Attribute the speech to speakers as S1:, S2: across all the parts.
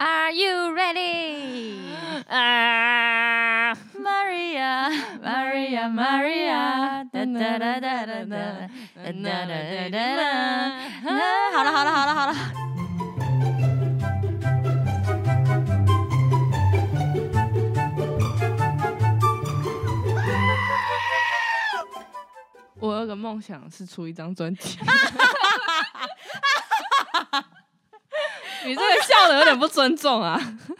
S1: Are you ready?
S2: 啊
S1: Maria, Maria, Maria，哒哒哒哒哒哒，哒哒哒哒哒。啊好了，好了，好了，好了。
S2: 我有个梦想是出一张专辑。你这个笑的有点不尊重啊！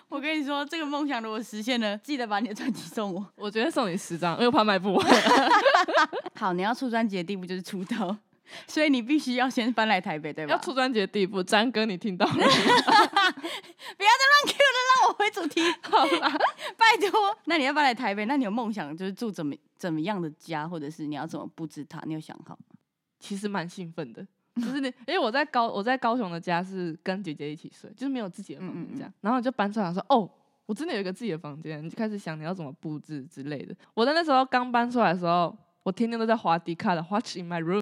S3: 我跟你说，这个梦想如果实现了，记得把你的专辑送我。
S2: 我觉得送你十张，因为我怕卖不完。
S3: 好，你要出专辑的第一步就是出道，所以你必须要先搬来台北，对吧？
S2: 要 出专辑的第一步，詹哥你听到了？
S3: 不要再乱 Q 了，让我回主题，好啦，拜托。那你要搬来台北，那你有梦想就是住怎么怎么样的家，或者是你要怎么布置它？你有想好？
S2: 其实蛮兴奋的，就是你，因为我在高我在高雄的家是跟姐姐一起睡，就是没有自己的房
S3: 嗯嗯
S2: 间
S3: 嗯
S2: 这样。然后你就搬出来说，哦，我真的有一个自己的房间，你就开始想你要怎么布置之类的。我在那时候刚搬出来的时候。我天天都在滑迪卡的 Watch in my room，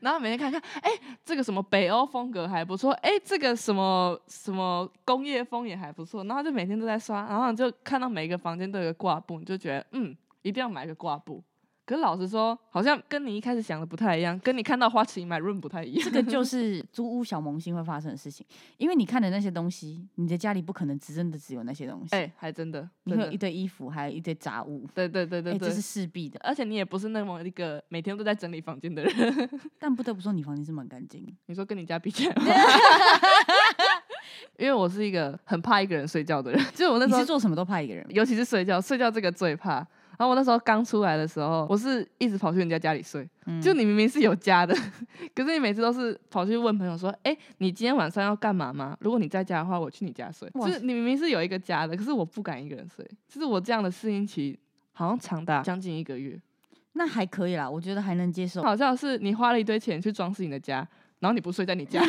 S2: 然后 每天看看，哎、这个什么北欧风格还不错，哎、这个什么什么工业风也还不错，然后就每天都在刷，然后你就看到每一个房间都有个挂布，你就觉得嗯，一定要买个挂布。可是老实说，好像跟你一开始想的不太一样，跟你看到花旗买 room 不太一样。
S3: 这个 就是租屋小萌新会发生的事情，因为你看的那些东西，你的家里不可能只真的只有那些东西，
S2: 哎、还真的，
S3: 你
S2: 真
S3: 会有
S2: 的
S3: 一，堆衣服，还有一堆杂物，
S2: 对对对对
S3: 哎，
S2: 对，
S3: 这是势必的。
S2: 而且你也不是那么一个每天都在整理房间的人。
S3: 但不得不说，你房间是蛮干净的。
S2: 你说跟你家比起来吗， 因为我是一个很怕一个人睡觉的人， 就是我那
S3: 你
S2: 时候
S3: 是做什么都怕一个人吗，
S2: 尤其是睡觉，睡觉这个最怕。然后我那时候刚出来的时候，我是一直跑去人家家里睡。就
S3: 嗯
S2: 你明明是有家的，可是你每次都是跑去问朋友说：“哎、你今天晚上要干嘛吗？如果你在家的话，我去你家睡。”
S3: 哇
S2: 就是你明明是有一个家的，可是我不敢一个人睡。就是我这样的适应期，好像长达将近一个月。
S3: 那还可以啦，我觉得还能接受。
S2: 好像是你花了一堆钱去装饰你的家，然后你不睡在你 家，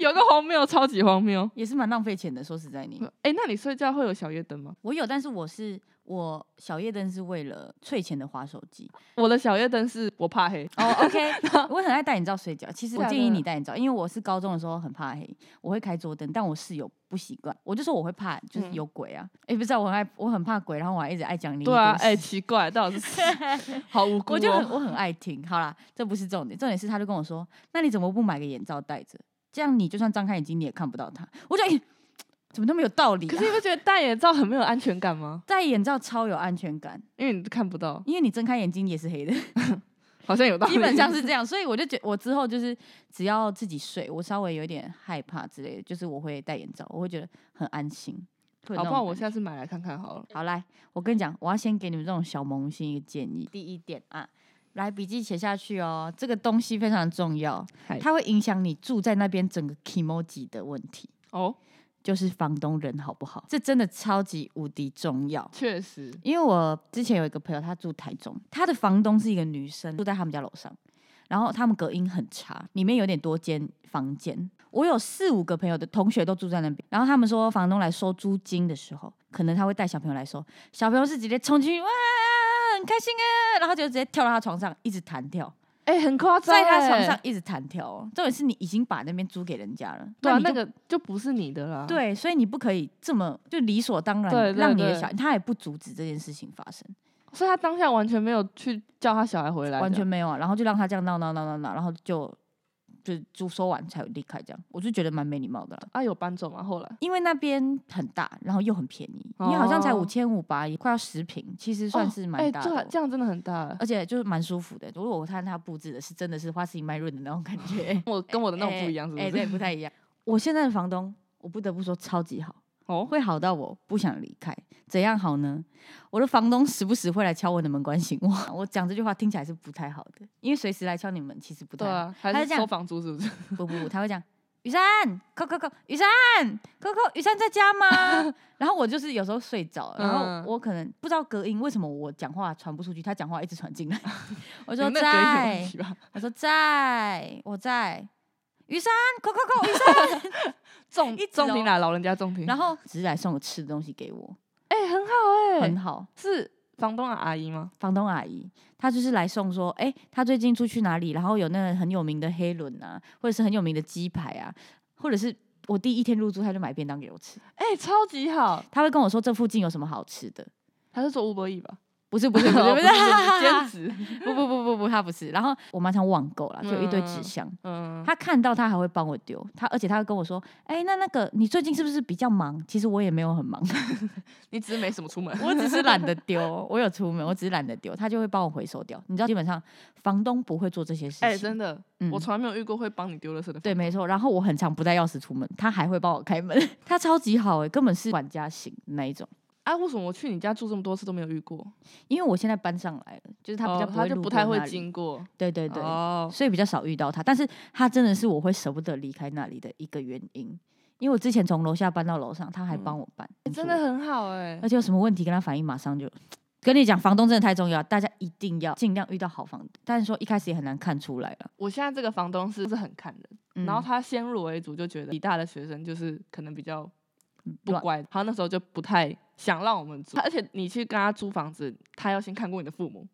S2: 有个荒谬，超级荒谬。
S3: 也是蛮浪费钱的，说实在你，
S2: 哎、那你睡觉会有小夜灯吗？
S3: 我有，但是我是我小夜灯是为了睡前的划手机，
S2: 我的小夜灯是我怕黑，
S3: 哦、o k 我很爱戴眼罩睡觉。其实我
S2: 假
S3: 建议
S2: 的
S3: 你戴眼罩，因为我是高中的时候很怕黑，我会开桌灯，但我室友不习惯，我就说我会怕，就是
S2: 嗯
S3: 有鬼啊。哎、不知道我很爱，我很怕鬼，然后我还一直爱讲灵异
S2: 对啊，
S3: 故事
S2: 哎、奇怪，到底是 谁好无辜、哦。
S3: 我就很我很爱听。好啦，这不是重点，重点是他就跟我说，那你怎么不买个眼罩戴着？这样你就算张开眼睛你也看不到他。我就、哎怎么那么有道理、
S2: 可
S3: 啊
S2: 是？你不觉得戴眼罩很没有安全感吗？
S3: 戴眼罩超有安全感，
S2: 因为你看不到，
S3: 因为你睁开眼睛也是 黑的。
S2: 好像有道理。
S3: 基本上是这样，所以我就觉我之后就是只要自己睡，我稍微有点害怕之类的，就是我会戴眼罩，我会觉得很安心。会有
S2: 好，
S3: 那
S2: 不
S3: 种
S2: 然我
S3: 感觉
S2: 下次买来看看好了。
S3: 好来，我跟你讲，我要先给你们这种小萌新一个建议。第一点啊，来笔记写下去哦，这个东西非常重要
S2: 嗨，
S3: 它会影响你住在那边整个 k i m o j i 的问题，
S2: 哦，
S3: 就是房东人好不好？这真的超级无敌重要。
S2: 确实，
S3: 因为我之前有一个朋友，他住台中，他的房东是一个女生，住在他们家楼上，然后他们隔音很差，里面有点多间房间。我有四五个朋友的同学都住在那边，然后他们说房东来收租金的时候，可能他会带小朋友来收，小朋友是直接冲进去哇，很开心啊，然后就直接跳到他床上，一直弹跳，
S2: 哎、很夸张、
S3: 在他床上，一直弹跳哦。重点是你已经把那边租给人家了，
S2: 对啊，
S3: 你就
S2: 那个就不是你的啦。，
S3: 对，所以你不可以这么就理所当然
S2: 对对
S3: 让你的
S2: 对
S3: 小孩，他也不阻止这件事情发生。
S2: 所以他当下完全没有去叫他小孩回来的，
S3: 完全没有啊。然后就让他这样闹闹闹闹闹，然后就就就收完才离开，这样我就觉得蛮没礼貌的啦。
S2: 啊，有搬走吗？后来
S3: 因为那边很大，然后又很便宜，你好像才
S2: 哦
S3: 五千五吧，也快要十平，其实算
S2: 哦
S3: 是
S2: 哎
S3: 蛮大的
S2: 对
S3: 哦、
S2: 啊，这样真的很大。，
S3: 而且就是蛮舒服的。如果我看他布置的是真的是花式麦润的那种感觉
S2: 我跟我的那种
S3: 哎
S2: 不一样，是不
S3: 哎、
S2: 是？
S3: 对，不太 一样。我现在的房东，我不得不说超级好，
S2: 哦，
S3: 会好到我不想离开。怎样好呢？我的房东时不时会来敲我的门关心我。 我讲这句话听起来是不太好的，因为随时来敲你们其实不太
S2: 对
S3: 好。
S2: 啊，还
S3: 他
S2: 是
S3: 是这样
S2: 收房租是不是？
S3: 不不不，他会讲雨珊，扣扣扣，雨珊，扣扣，雨珊在家吗？ 然后我就是有时候睡着，然
S2: 嗯
S3: 后我可能不知道隔音，为什么我讲话传不出去，他讲话一直传进 来。我说
S2: 你们那隔音有问
S3: 在
S2: 题，吧？
S3: 我说在，我在。雨珊，扣扣扣，雨
S2: 重
S3: 一直
S2: 重
S3: 哦
S2: 听啦，老人家重听。
S3: 珊。然后只是来送个吃的东西给我，
S2: 哎、很好哎、
S3: 很好。
S2: 是房东的阿姨吗？
S3: 房东阿姨，她就是来送说，哎、她最近出去哪里，然后有那个很有名的黑轮啊，或者是很有名的鸡排啊，或者是我第一天入住，他就买便当给我吃。
S2: 哎、超级好。
S3: 他会跟我说这附近有什么好吃的。
S2: 他是做吴伯义吧？
S3: 不是不是不是
S2: 哦
S3: 不
S2: 不
S3: 是，
S2: 兼职。
S3: 不不不不不，他不是。然后我妈常网购啦，就有一堆纸
S2: 嗯
S3: 箱。
S2: 嗯，
S3: 他看到他还会帮我丢，他而且他会跟我说：“哎、那那个你最近是不是比较忙？”其实我也没有很忙，
S2: 你只是没什么出门。
S3: 我只是懒得丢。我有出门，我只是懒得丢，他就会帮我回收掉。你知道，基本上房东不会做这些事情。
S2: 哎、真的，
S3: 嗯
S2: 我从来没有遇过会帮你丢垃圾的。
S3: 对，没错。然后我很常不带钥匙出门，他还会帮我开门， 他超级好哎、根本是管家型的那一种。
S2: 啊，为什么我去你家住这么多次都没有遇过？
S3: 因为我现在搬上来了，就是他比较
S2: 哦
S3: 不
S2: 他
S3: 会、
S2: 就不太会，经过。
S3: 对对对，
S2: 哦，
S3: 所以比较少遇到他。但是他真的是我会舍不得离开那里的一个原因，因为我之前从楼下搬到楼上，他还
S2: 嗯
S3: 帮我搬、
S2: 哎真的很好哎、
S3: 而且有什么问题跟他反映，马上就。跟你讲，房东真的太重要，大家一定要尽量遇到好房东。但是说一开始也很难看出来了。
S2: 我现在这个房东是是很看人，
S3: 嗯
S2: 然后他先入为主就觉得理大的学生就是可能比较不
S3: 乱
S2: 乖，他那时候就不太想让我们住。而且你去跟他租房子，他要先看过你的父母，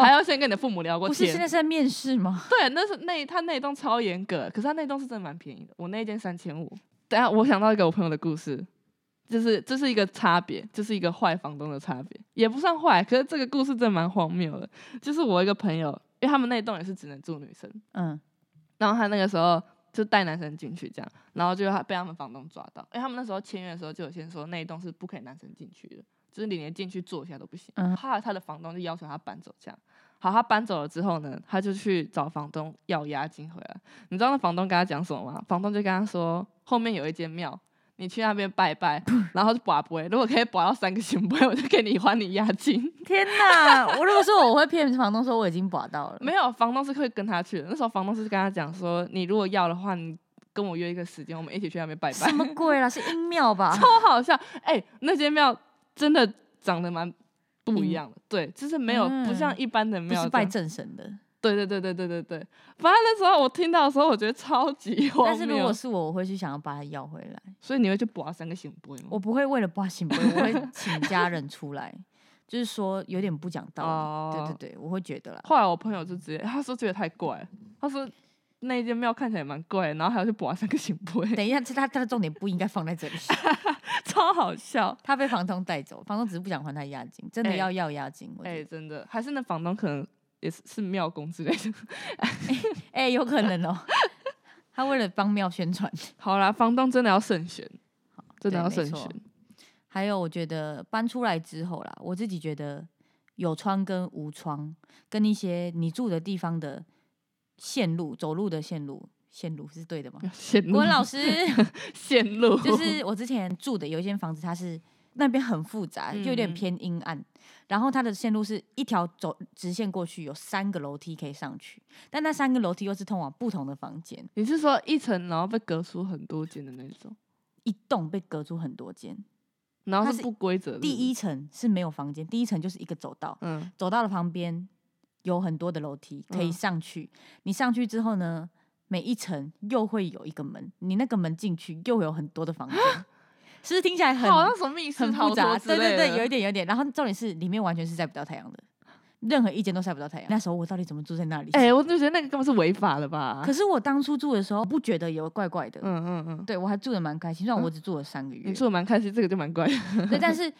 S2: 还
S3: 哇，
S2: 要先跟你的父母聊过
S3: 哦不是现在
S2: 天。
S3: 是在面试吗？
S2: 对，那是那他那一栋超严格，可是他那一栋是真的蛮便宜的，我那一间三千五。等一下我想到一个我朋友的故事，就是这是一个差别，这是一个坏房东的差别，也不算坏，可是这个故事真的蛮荒谬的。就是我一个朋友，因为他们那一栋也是只能住女生，
S3: 嗯，
S2: 然后他那个时候就带男生进去这样，然后就他被他们房东抓到，因为他们那时候签约的时候就有先说那一栋是不可以男生进去的，就是你连进去坐一下都不行。
S3: 嗯
S2: 后来他的房东就要求他搬走这样。好，他搬走了之后呢，他就去找房东要押金回来。你知道那房东跟他讲什么吗？房东就跟他说，后面有一间庙，你去那边拜拜，然后就拔杯，如果可以拔到三个行杯，我就给你还你押金。
S3: 天哪！我如果说我会 骗房东说我已经把到了，
S2: 没有，房东是会跟他去的。那时候房东是跟他讲说，你如果要的话，你跟我约一个时间，我们一起去那边拜拜
S3: 什。么鬼啦？是阴庙 吧？
S2: 超好笑！哎、那间庙真的长得蛮不一
S3: 嗯
S2: 样的，对，就是没有、不像
S3: 嗯
S2: 一般的
S3: 不
S2: 庙这
S3: 是
S2: 样。
S3: 拜正神的。
S2: 对对对对对对对。反正那时候我听到的时候，我觉得超级荒
S3: 但是如
S2: 谬
S3: 果。是我，我会去想要把它要回来。
S2: 所以你会去拔三个行不会吗？
S3: 我不会为了不行不会，我会请家人出来，就是说有点不讲道理。
S2: 哦
S3: 对对对，我会觉得啦。
S2: 后来我朋友就直接他说觉得太怪了，他说那间庙看起来蛮怪的，然后还要去拔三个行不会，
S3: 等一下，这他他的重点不应该放在这里，
S2: 超好笑。
S3: 他被房东带走，房东只是不想还他押金，真的
S2: 哎
S3: 要要押金。我觉
S2: 哎、
S3: 得
S2: 真的，还是那房东可能也是是庙公之类的。
S3: 哎、有可能哦， 他为了帮庙宣传。
S2: 好啦，房东真的要慎选，真的
S3: 对
S2: 要
S3: 没
S2: 慎
S3: 错
S2: 选。
S3: 还有，我觉得搬出来之后啦，我自己觉得有窗跟无窗，跟一些你住的地方的线路、走路的线路、线路是对的吗？
S2: 线路
S3: 国文，老师
S2: 线路
S3: 就是我之前住的有一间房子，它是那边很复杂，就有点
S2: 嗯
S3: 偏阴暗。然后它的线路是一条走直线过去，有三个楼梯可以上去，但那三个楼梯又是通往不同的房间，
S2: 你是说一层然后被隔出很多间的那种，
S3: 一栋被隔出很多间。
S2: 然后
S3: 它
S2: 是
S3: 是
S2: 不规则的。
S3: 第
S2: 是不是
S3: 一，层是没有房间，第一层就是一个走道，
S2: 嗯，
S3: 走道的旁边有很多的楼梯可以
S2: 嗯
S3: 上去。你上去之后呢，每一层又会有一个门，你那个门进去又有很多的房间， 是不是听起来很
S2: 好像什么密 室
S3: 很
S2: 逃脱
S3: 复杂，
S2: 之类
S3: 对
S2: 的。
S3: 对对，有一点有一点。然后重点是里面完全是晒不到太阳的，任何一间都晒不到太阳。那时候我到底怎么住在那里？
S2: 哎、我就觉得那个根本是违法的吧。
S3: 可是我当初住的时候不觉得有怪怪的，
S2: 嗯嗯嗯，
S3: 对我还住的蛮开心，虽然
S2: 嗯
S3: 我只住了三个月
S2: 你，住的蛮开心，这个就蛮怪的。
S3: 对，但是。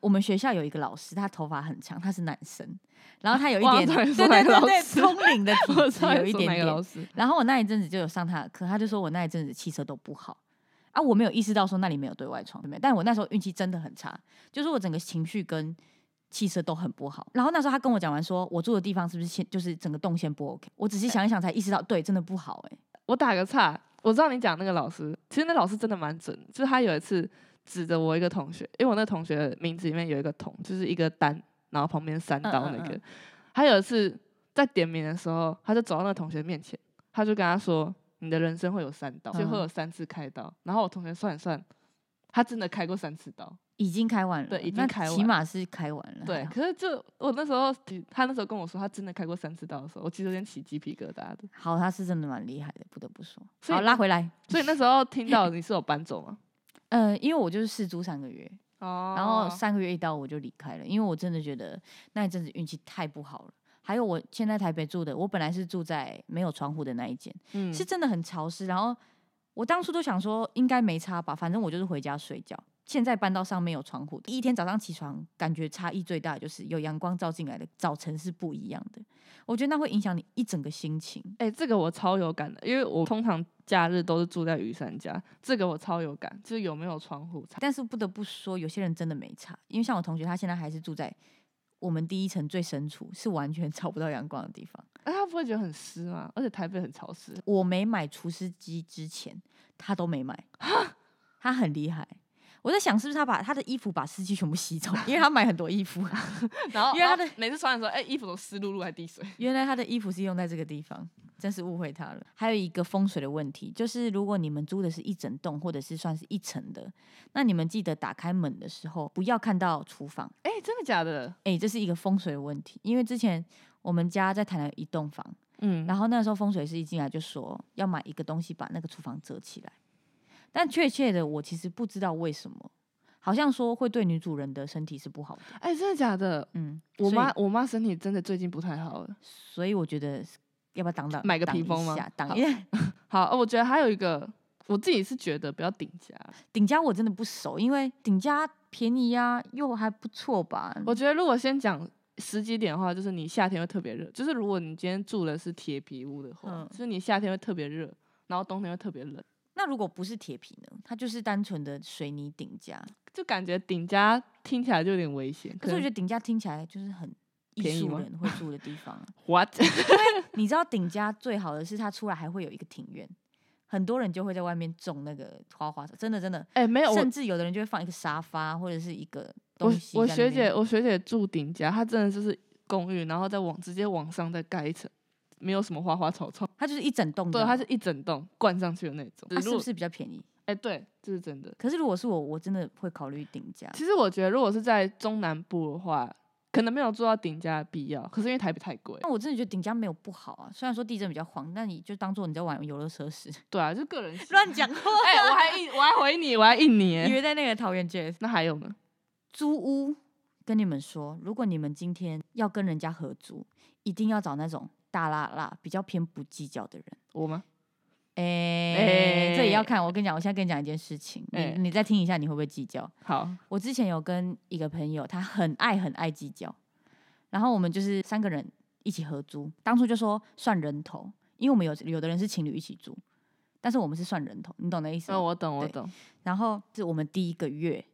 S3: 我们学校有一个老师，他头发很长，他是男生，然后他有一
S2: 我好
S3: 点
S2: 像
S3: 对
S2: 也
S3: 对
S2: 说哪
S3: 对
S2: 个老
S3: 对
S2: 师
S3: 通灵的
S2: 我
S3: 体质
S2: 差点
S3: 有一
S2: 说
S3: 点
S2: 哪个老
S3: 点。
S2: 师，
S3: 然后我那一阵子就有上他的课，他就说我那一阵子气色都不好啊，我没有意识到说那里没有对外窗，对不对？但我那时候运气真的很差，就是我整个情绪跟气色都很不好。然后那时候他跟我讲完说，我住的地方是不是先就是整个动线不 OK？我仔细想一想才意识到，对，真的不好哎、
S2: 我打个岔，我知道你讲那个老师，其实那老师真的蛮准的，就是他有一次指着我一个同学，因为我那同学的名字里面有一个“同”，就是一个单，然后旁边三刀那
S3: 嗯嗯
S2: 个。
S3: 嗯
S2: 他有一次在点名的时候，他就走到那个同学面前，他就跟他说：“你的人生会有三刀，就会
S3: 嗯
S2: 有三次开刀。”然后我同学算一算，他真的开过三次刀。
S3: 已经开完了，
S2: 对已经
S3: 那
S2: 开
S3: 起
S2: 完
S3: 码是开完了。
S2: 对，，可是就我那时候提，他那时候跟我说他真的开过三次刀的时候，我其实有点起鸡皮疙瘩的。
S3: 好，他是真的蛮厉害的，不得不说。
S2: 所以
S3: 好，拉回来，
S2: 所以那时候听到你是有搬走吗？
S3: 呃，因为我就是试租三个月，
S2: 哦
S3: 然后三个月一到我就离开了，因为我真的觉得那一阵子运气太不好了。还有我现在台北住的，我本来是住在没有窗户的那一间，
S2: 嗯
S3: 是真的很潮湿，然后我当初都想说应该没差吧，反正我就是回家睡觉。现在搬到上面有窗户，第一天早上起床感觉差异最大的就是有阳光照进来的早晨是不一样的。我觉得那会影响你一整个心情。
S2: 哎、这个我超有感的，因为我通常假日都是住在雨伞家，这个我超有感，就是有没有窗户差。
S3: 但是不得不说，有些人真的没差，因为像我同学，他现在还是住在我们第一层最深处，是完全 找不到阳光的地方。
S2: 哎、他不会觉得很湿吗？而且台北很潮湿，
S3: 我没买除湿机之前，他都没买，他很厉害。我在想，是不是他把他的衣服把湿气全部吸走？因为他买很多衣服，
S2: 然后
S3: 因为他
S2: 然后
S3: 的
S2: 哦每次穿的时候，哎、衣服都湿漉漉还滴水。
S3: 原来他的衣服是用在这个地方，真是误会他了。还有一个风水的问题，就是如果你们租的是一整栋，或者是算是一层的，那你们记得打开门的时候不要看到厨房，
S2: 哎、真的假的？
S3: 哎、这是一个风水的问题。因为之前我们家在谈了一栋房，
S2: 嗯，
S3: 然后那时候风水师一进来就说要买一个东西把那个厨房遮起来，但确切的我其实不知道为什么，好像说会对女主人的身体是不好的。
S2: 哎、真的假的？
S3: 嗯，
S2: 我
S3: 所以
S2: 妈，我妈身体真的最近不太好了。
S3: 所以我觉得要不要挡挡
S2: 买个
S3: 挡
S2: 屏
S3: 一
S2: 风吗
S3: 下挡
S2: 好
S3: 一下
S2: 好，呃我觉得还有一个，我自己是觉得不要顶家。
S3: 顶家我真的不熟，因为顶家便宜呀、又还不错吧。
S2: 我觉得如果先讲时机点的话，就是你夏天会特别热，就是如果你今天住的是铁皮屋的话，
S3: 嗯
S2: 就是你夏天会特别热，然后冬天会特别冷，
S3: 那如果不是铁皮呢？它就是单纯的水泥顶家，
S2: 就感觉顶家听起来就有点危险。
S3: 可是我觉
S2: 得
S3: 得顶家听起来就是很
S2: 便
S3: 艺
S2: 宜
S3: 术
S2: 吗
S3: 人会住的地方啊。
S2: what
S3: 你知道顶家最好的是它出来还会有一个庭院，很多人就会在外面种那个花花草，真的真的，
S2: 哎、没有我
S3: 甚至有的人就会放一个沙发或者是一个东
S2: 我
S3: 西
S2: 我
S3: 在那
S2: 学
S3: 边
S2: 姐我学姐住顶家，她真的就是公寓，然后再往直接往上再盖一层，没有什么花花草草，
S3: 它就是一整栋的
S2: 对，
S3: 嘛，
S2: 它是一整栋灌上去的那种。
S3: 它啊是
S2: 如
S3: 不
S2: 果
S3: 是比较便宜？
S2: 哎、对，这是真的。
S3: 可是如果是我，我真的会考虑顶家。
S2: 其实我觉得，如果是在中南部的话，可能没有做到顶家的必要。可是因为台北太贵，
S3: 那我真的觉得顶家没有不好啊，虽然说地震比较晃，那你就当做你在玩游乐设施，
S2: 对啊，就个人喜。
S3: 乱讲话。
S2: 哎、我还应，我还回你，我还应你
S3: 以
S2: 耶。
S3: 为在那个桃园 JS
S2: 那还有呢？
S3: 租屋，跟你们说，如果你们今天要跟人家合租，一定要找那种大辣辣、比较偏不计较的人。
S2: 我吗？
S3: 哎、这也要
S2: 哎
S3: 看。我跟你讲，我现在跟你讲一件事情，你、
S2: 哎
S3: 你再听一下，你会不会计较？
S2: 好，
S3: 我之前有跟一个朋友，他很爱很爱计较，然后我们就是三个人一起合租，当初就说算人头，因为我们有有的人是情侣一起住，但是我们是算人头，你懂的意思
S2: 那
S3: 吗？
S2: 我懂，我
S3: 对
S2: 懂。
S3: 然后是我们第一个月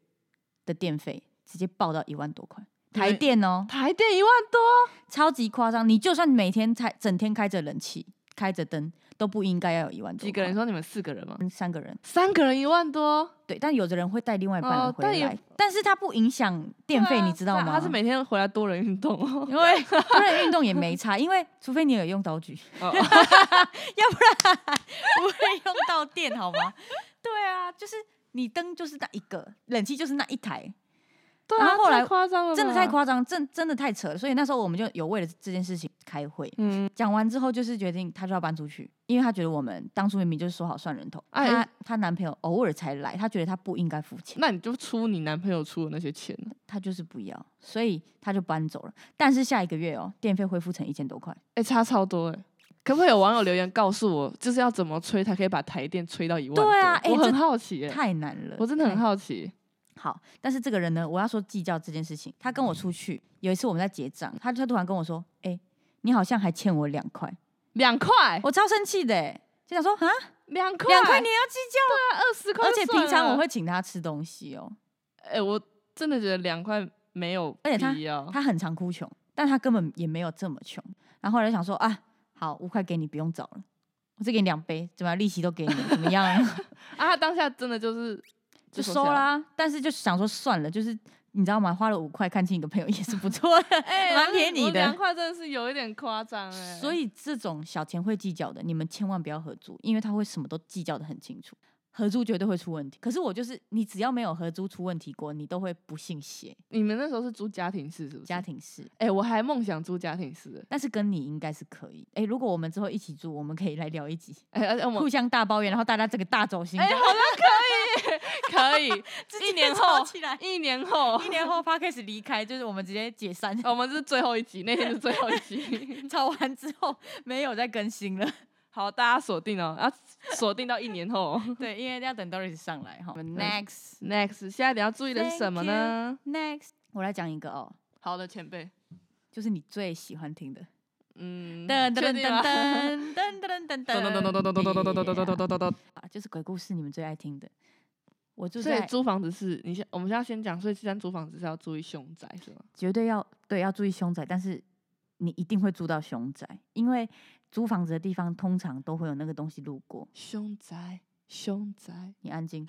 S3: 的电费直接爆到一万多块。
S2: 对
S3: 台电哦，
S2: 台电一万多，
S3: 超级夸张！你就算每天开整天开着冷气、开着灯，都不应该要有一万多块。
S2: 几个人？说你们四个人吗？
S3: 三个人。
S2: 三个人一万多，
S3: 对，但有的人会带另外一半
S2: 哦
S3: 人回
S2: 但也
S3: 来，但是他不影响电
S2: 对
S3: 费，
S2: 啊
S3: 你知道
S2: 对啊
S3: 吗？
S2: 他是每天回来多人运动哦。
S3: 因为不然运动也没差，因为除非你有用刀具，
S2: 哦
S3: 不会用到电，好吗？对啊，就是你灯就是那一个，冷气就是那一台，
S2: 对
S3: 然
S2: 啊，
S3: 后后来
S2: 太夸张了，
S3: 真的太。夸张，真真的太扯了。所以那时候我们就有为了这件事情开会，
S2: 嗯，
S3: 讲完之后就是决定他就要搬出去，因为他觉得我们当初明明就是说好算人头，
S2: 哎
S3: 她她男朋友偶尔才来，她觉得她不应该付钱，
S2: 那你就出你男朋友出的那些钱了。
S3: 她就是不要，所以她就搬走了。但是下一个月哦，电费恢复成一千多块。
S2: 哎、差超多哎、可不可以有网友留言告诉我，就是要怎么吹才可以把台电吹到一万多？
S3: 对啊哎
S2: 我
S3: 这
S2: 很好奇哎、
S3: 太难了，
S2: 我真的很
S3: 太
S2: 好奇。
S3: 好。但是这个人呢，我要说计较这件事情。他跟我出去有一次我们在结账，他他突然跟我说：“哎、你好像还欠我两块。
S2: 两块”，
S3: 我超生气的、欸，就想说啊，
S2: 两块，
S3: 两块你也要计较？
S2: 二十块
S3: 而
S2: 就
S3: 且
S2: 算了，
S3: 平常我会请他吃东西哦、
S2: 哎、我真的觉得两块没有
S3: 而且他
S2: 必要。
S3: 他很常哭穷，但他根本也没有这么穷。然后后来就想说啊，好，五块给你，不用找了，我再给你两杯，怎么样？利息都给你，怎么样？
S2: 啊，他当下真的就是
S3: 就收。啦。但是就想说算了，就是你知道吗？花了五块看清一个朋友也是不错的，
S2: 哎，
S3: 蛮便宜
S2: 两
S3: 的。
S2: 块真的是有一点夸张哎。
S3: 所以这种小钱会计较的，你们千万不要合租，因为他会什么都计较的很清楚，合租绝对会出问题。可是我就是，你只要没有合租出问题过，你都会不信邪
S2: 你们那时候是租家庭式是不是？
S3: 家，庭式。
S2: 哎、我还梦想租家庭式
S3: 但是跟你应该是可以。哎、如果我们之后一起住，我们可以来聊一集，
S2: 哎、哎而且我
S3: 互
S2: 们
S3: 相大抱怨，然后大家这个大走心，
S2: 哎、好像可以，可以，
S3: 直
S2: 一
S3: 接
S2: 年
S3: 吵
S2: 后，
S3: 起来
S2: 一年后哦
S3: 一。年后 p 开始离开，就是我们直接解散。
S2: 我们是最后一集，那天是最后一集。
S3: 吵完之后没有再更新了，
S2: 好，大家锁定哦，要锁定到一年后哦。
S3: 对，因为要等 Doris 上来哈。我们
S2: 对
S3: next
S2: Next，下一点要注意的是什么呢？
S3: next，我来讲一个哦，
S2: 好的，前辈，
S3: 就是你最喜欢听的。
S2: 嗯，
S3: 噔噔
S2: 确
S3: 噔
S2: 定
S3: 噔
S2: 吗
S3: 噔噔噔噔噔
S2: 咚咚咚咚咚咚咚咚咚咚咚咚
S3: 噔，
S2: 咚咚咚。
S3: 啊，就是鬼故事，你们最爱听的。我住
S2: 所以
S3: 在
S2: 租房子是你先，我们现在先讲，所以现在租房子是要注意凶宅是吗？
S3: 绝对要对要注意凶宅，但是你一定会住到凶宅，因为租房子的地方通常都会有那个东西路过。
S2: 凶宅，凶宅，
S3: 你安 静。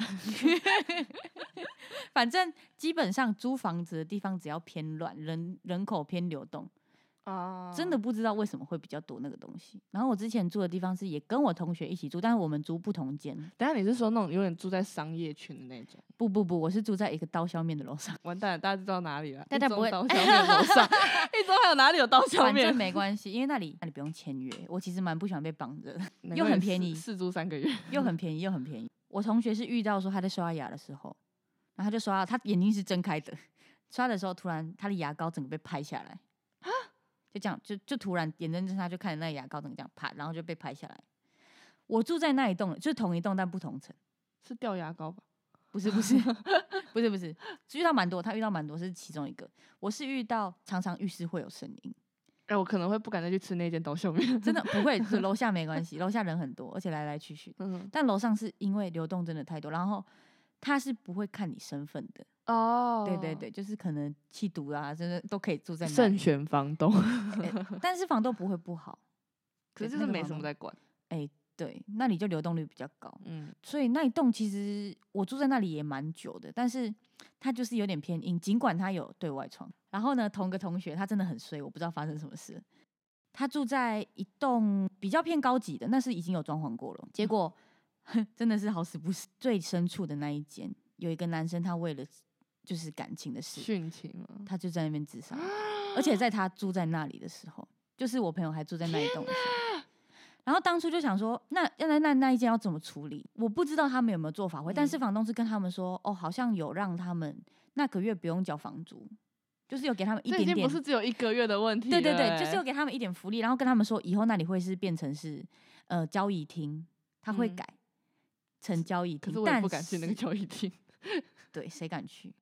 S3: 反正基本上租房子的地方只要偏乱，人人口偏流动，
S2: 啊
S3: 真的不知道为什么会比较多那个东西。然后我之前住的地方是也跟我同学一起住，但是我们租不同间。
S2: 等一下你是说那种有点住在商业圈的那种？
S3: 不不不，我是住在一个刀削面的楼上，
S2: 完蛋了，大家知道哪里了？
S3: 大家
S2: 一中
S3: 不会
S2: 刀削面楼上，一中还有哪里有刀削
S3: 反
S2: 面
S3: 正？没关系，因为那里那里不用签约。我其实蛮不喜欢被绑着的，
S2: 难
S3: 又
S2: 怪
S3: 很
S2: 你
S3: 便
S2: 试
S3: 宜
S2: 试租三个月。
S3: 又很便宜又很便宜。我同学是遇到说他在刷牙的时候，然后他就刷，他眼睛是睁开的，刷的时候突然他的牙膏整个被拍下来，就这样就就突然眼睁睁他就看着那个牙膏整个这样啪，然后就被拍下来。我住在那一栋，就是同一栋但不同层，
S2: 是掉牙膏吧？
S3: 不是不是 不是不是，遇到蛮多，他遇到蛮多是其中一个，我是遇到常常浴室会有声音，
S2: 哎、我可能会不敢再去吃那间刀削 面。
S3: 真的不会，就楼下没关系，楼下人很多，而且来来去去，
S2: 嗯，
S3: 但楼上是因为流动真的太多，然后他是不会看你身份的。
S2: 哦
S3: 对对，对，就是可能吸毒啊，真的都可以住在那
S2: 慎
S3: 里。
S2: 选房 东，
S3: 哎但是房东不会不好，
S2: 可
S3: 对
S2: 是就
S3: 那
S2: 是
S3: 个
S2: 没
S3: 房
S2: 什么
S3: 东
S2: 在管。
S3: 对，那里就流动率比较高，
S2: 嗯，
S3: 所以那一栋其实我住在那里也蛮久的，但是它就是有点偏阴，尽管它有对外窗。然后呢，同个同学他真的很衰，我不知道发生什么事。他住在一栋比较偏高级的，那是已经有装潢过了。结果 真的是好死不死，最深处的那一间有一个男生，他为了就是感情的事，
S2: 殉情嘛。
S3: 他就在那边自杀了，而且在他住在那里的时候，就是我朋友还住在那一栋的时候。然后当初就想说，那那那那一间要怎么处理？我不知道他们有没有做法会，但是
S2: 嗯
S3: 房东是跟他们说，哦，好像有让他们那个月不用交房租，就是有给他们一
S2: 这已
S3: 点
S2: 经
S3: 点
S2: 不，是只有一个月的问题了
S3: 对
S2: 欸。
S3: 对对，就是有给他们一点福利，然后跟他们说，以后那里会是变成是呃交易厅，他会
S2: 嗯
S3: 改成交易
S2: 可
S3: 厅
S2: 是，我也
S3: 但
S2: 不敢去那个
S3: 是
S2: 交易厅。
S3: 对，谁敢去？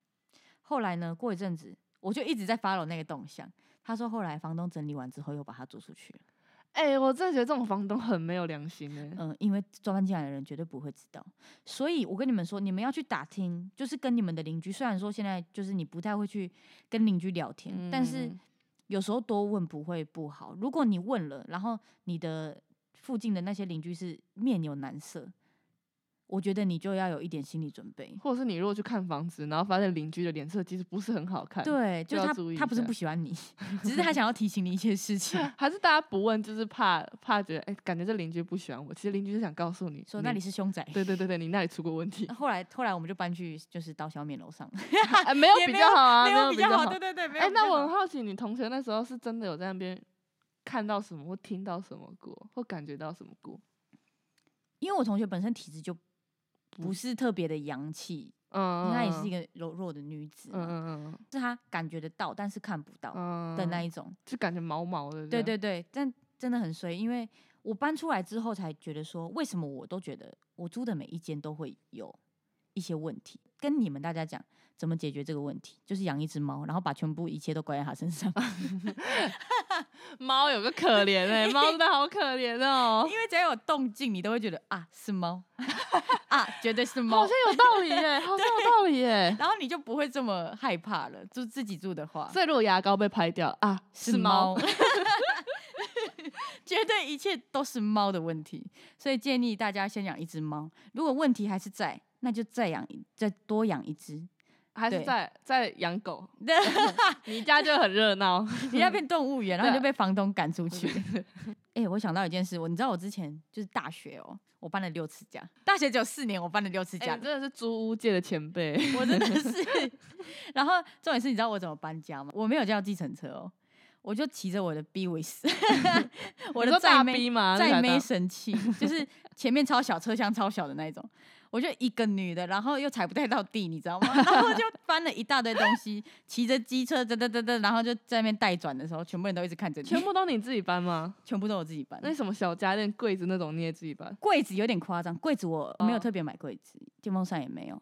S3: 后来呢？过一阵子，我就一直在 follow 那个动向。他说后来房东整理完之后又把它租出去了。
S2: 哎、我真的觉得这种房东很没有良心哎、
S3: 嗯、因为抓翻进来的人绝对不会知道，所以我跟你们说，你们要去打听，就是跟你们的邻居。虽然说现在就是你不太会去跟邻居聊天，但是
S2: 嗯
S3: 有时候多问不会不好。如果你问了，然后你的附近的那些邻居是面有难色，我觉得你就要有一点心理准备。
S2: 或者是你如果去看房子，然后发现邻居的脸色其实不是很好看，，
S3: 对，
S2: 就
S3: 就是
S2: 要
S3: 他
S2: 注意
S3: 他
S2: 一
S3: 不是
S2: 下
S3: 不喜 欢你，只是他想要提醒你一些事情。
S2: 还是大家不问，就是怕怕觉得哎、感觉这邻居不喜欢我。其实邻居就想告诉你，
S3: 说那
S2: 你
S3: 里是凶宅。
S2: 对对对对，你那里出过问题
S3: 那，后来后来我们就搬去就是刀削面楼上，
S2: 哎，没有
S3: 也
S2: 比
S3: 没
S2: 较
S3: 有
S2: 好啊，
S3: 有
S2: 有
S3: 比
S2: 较
S3: 好，对对对，没有
S2: 哎、
S3: 比较
S2: 那
S3: 好。
S2: 我很好奇，你同学那时候是真的有在那边看到什么，或听到什么过，或感觉到什么过？
S3: 因为我同学本身体质就
S2: 不
S3: 不是特别的阳气，因
S2: 嗯，
S3: 为她也是一
S2: 个，
S3: 个柔弱的女子嘛，
S2: 嗯嗯
S3: 是她感觉得到，但是看不到
S2: 嗯
S3: 的那
S2: 一，
S3: 一种。
S2: 就感觉毛毛的，
S3: 对，对对，但真的很衰，因为我搬出来之后才觉得说，为什么我都觉得我租的每一间都会有一些问题。跟你们大家讲怎么解决这个问题，就是养一只猫，然后把全部一切都怪在它身上，
S2: 猫有个可怜哎、猫真的好可怜哦、
S3: 因为只要有动静，你都会觉得啊是猫啊，绝对是
S2: 好
S3: 猫
S2: 像，有道理耶、好像有道理耶、
S3: 然后你就不会这么害怕了。就自己住的话，
S2: 所以如果牙膏被拍掉啊，
S3: 是 猫，，绝对一切都是猫的问题，所以建议大家先养一只猫。如果问题还是在，那就再养一，再多养 一只。
S2: 还是
S3: 对
S2: 在在养狗？
S3: 你
S2: 你家就很热闹，
S3: 要变动物园，然后你就
S2: 对啊
S3: 被房东赶出去。 哎、我想到一件事，我你知道我之前就是大学哦，我搬了六次家，大学只有四年，我搬了六次
S2: 哎
S3: 家
S2: 你，真的是租屋界的前辈。
S3: 我真的是。然后重点是，你知道我怎么搬家吗？我没有叫计程车哦，我就骑着我的 B w i s 我
S2: 你
S3: 的
S2: 说
S3: 载
S2: 大
S3: 妹
S2: B 吗？那
S3: 再
S2: 台
S3: 没
S2: 大
S3: 神器，就是前面超小，车厢超小的那一种。我就一个女的，然后又踩不太到地，你知道吗？ 然后就搬了一大堆东西，骑着机车，噔噔噔噔，然后就在那边带转的时候，全部人都一直看着你，
S2: 全部都你自己搬吗？
S3: 全部都我自己搬。
S2: 那什么小家电、柜子那种你也自己搬？
S3: 柜子有点夸张，柜子我没有
S2: 哦
S3: 特别买柜子，电风扇也没有。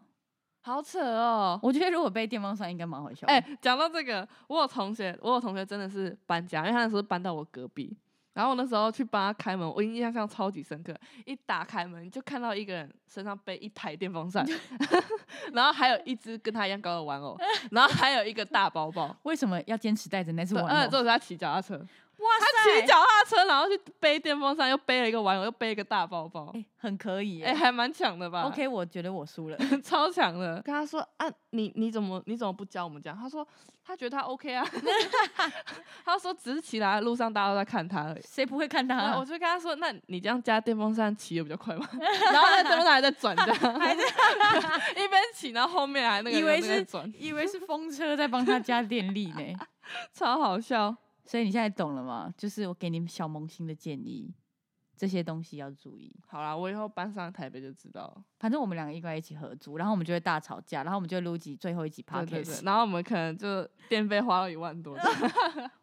S2: 好扯哦！
S3: 我觉得如果被电风扇应该蛮好笑的。
S2: 哎、讲到这个，我有同学，我有同学真的是搬家，因为他那时候搬到我隔壁，然后我那时候去帮他开门，我印象上超级深刻。一打开门就看到一个人身上背一台电风扇， 然后还有一只跟他一样高的玩偶，然后还有一个大包包。
S3: 为什么要坚持带着那只
S2: 对，
S3: 玩
S2: 而且
S3: 偶？
S2: 重点是他骑脚踏车，
S3: 哇
S2: 他骑脚踏车，然后去背电风扇，又背了一个玩偶，又背一个大包包，
S3: 哎、很可以、
S2: 哎、
S3: 哎、
S2: 还蛮强的吧
S3: OK，我觉得我输了。
S2: 超强的，跟他说啊，你你怎么你怎么不教我们这样？他说他觉得他 OK 啊，他说只是骑来的路上大家都在看他而 已。
S3: 谁不会看他、
S2: 然后我
S3: 啊？
S2: 就跟他说，那你这样加电风扇骑的比较快 嘛，然后那电风扇还在转这样，
S3: 还在
S2: 一边骑，然后后面还那个
S3: 以为
S2: 人在
S3: 是
S2: 转，
S3: 以为是风车在帮他加电力 呢。
S2: 超好笑。
S3: 所以你现在懂了吗？就是我给你们小萌新的建议，这些东西要注意。
S2: 好啦，我以后搬上台北就知道了。
S3: 反正我们两个应该一起合租，然后我们就会大吵架，然后我们就会录集最后一集 p o
S2: 对对
S3: d c a
S2: 对，
S3: s
S2: 然后我们可能就电费花了一万 多，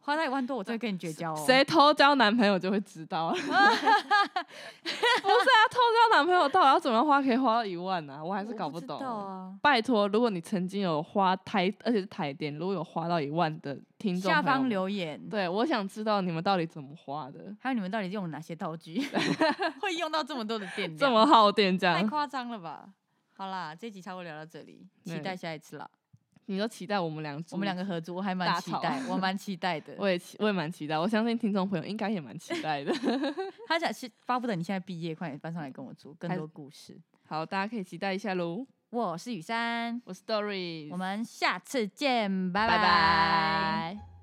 S3: 花到一万多，我就会跟你绝交哦。
S2: 谁偷交男朋友就会知道了。 不是 啊，偷交男朋友到底要怎么花可以花到一万呢、啊？我还
S3: 我
S2: 是搞不
S3: 知
S2: 懂。
S3: 道啊。
S2: 拜托，如果你曾经有花台，而且是台电，如果有花到一万的听众，
S3: 下方，留言，
S2: 对我想知道你们到底怎么花的，
S3: 还有你们到底用了哪些 道具，会用到这么多的电量？
S2: 这么耗电这
S3: 太
S2: 样，
S3: 夸张了吧？好啦，这集差不多聊到这里，期
S2: 对
S3: 待下一次啦。
S2: 你就期待我们俩住，
S3: 我们两个合租，我还蛮
S2: 大
S3: 期
S2: 吵
S3: 待，我蛮期待的。
S2: 我也期，我也蛮期待，我相信听众朋友应该也蛮期待的。
S3: 他想是巴不得你现在毕业，快点搬上来跟我住，更
S2: 还
S3: 多故事。
S2: 好，大家可以期待一下喽。
S3: 我是雨珊，
S2: 我是 Dory，
S3: 我们下次见，拜
S2: 拜拜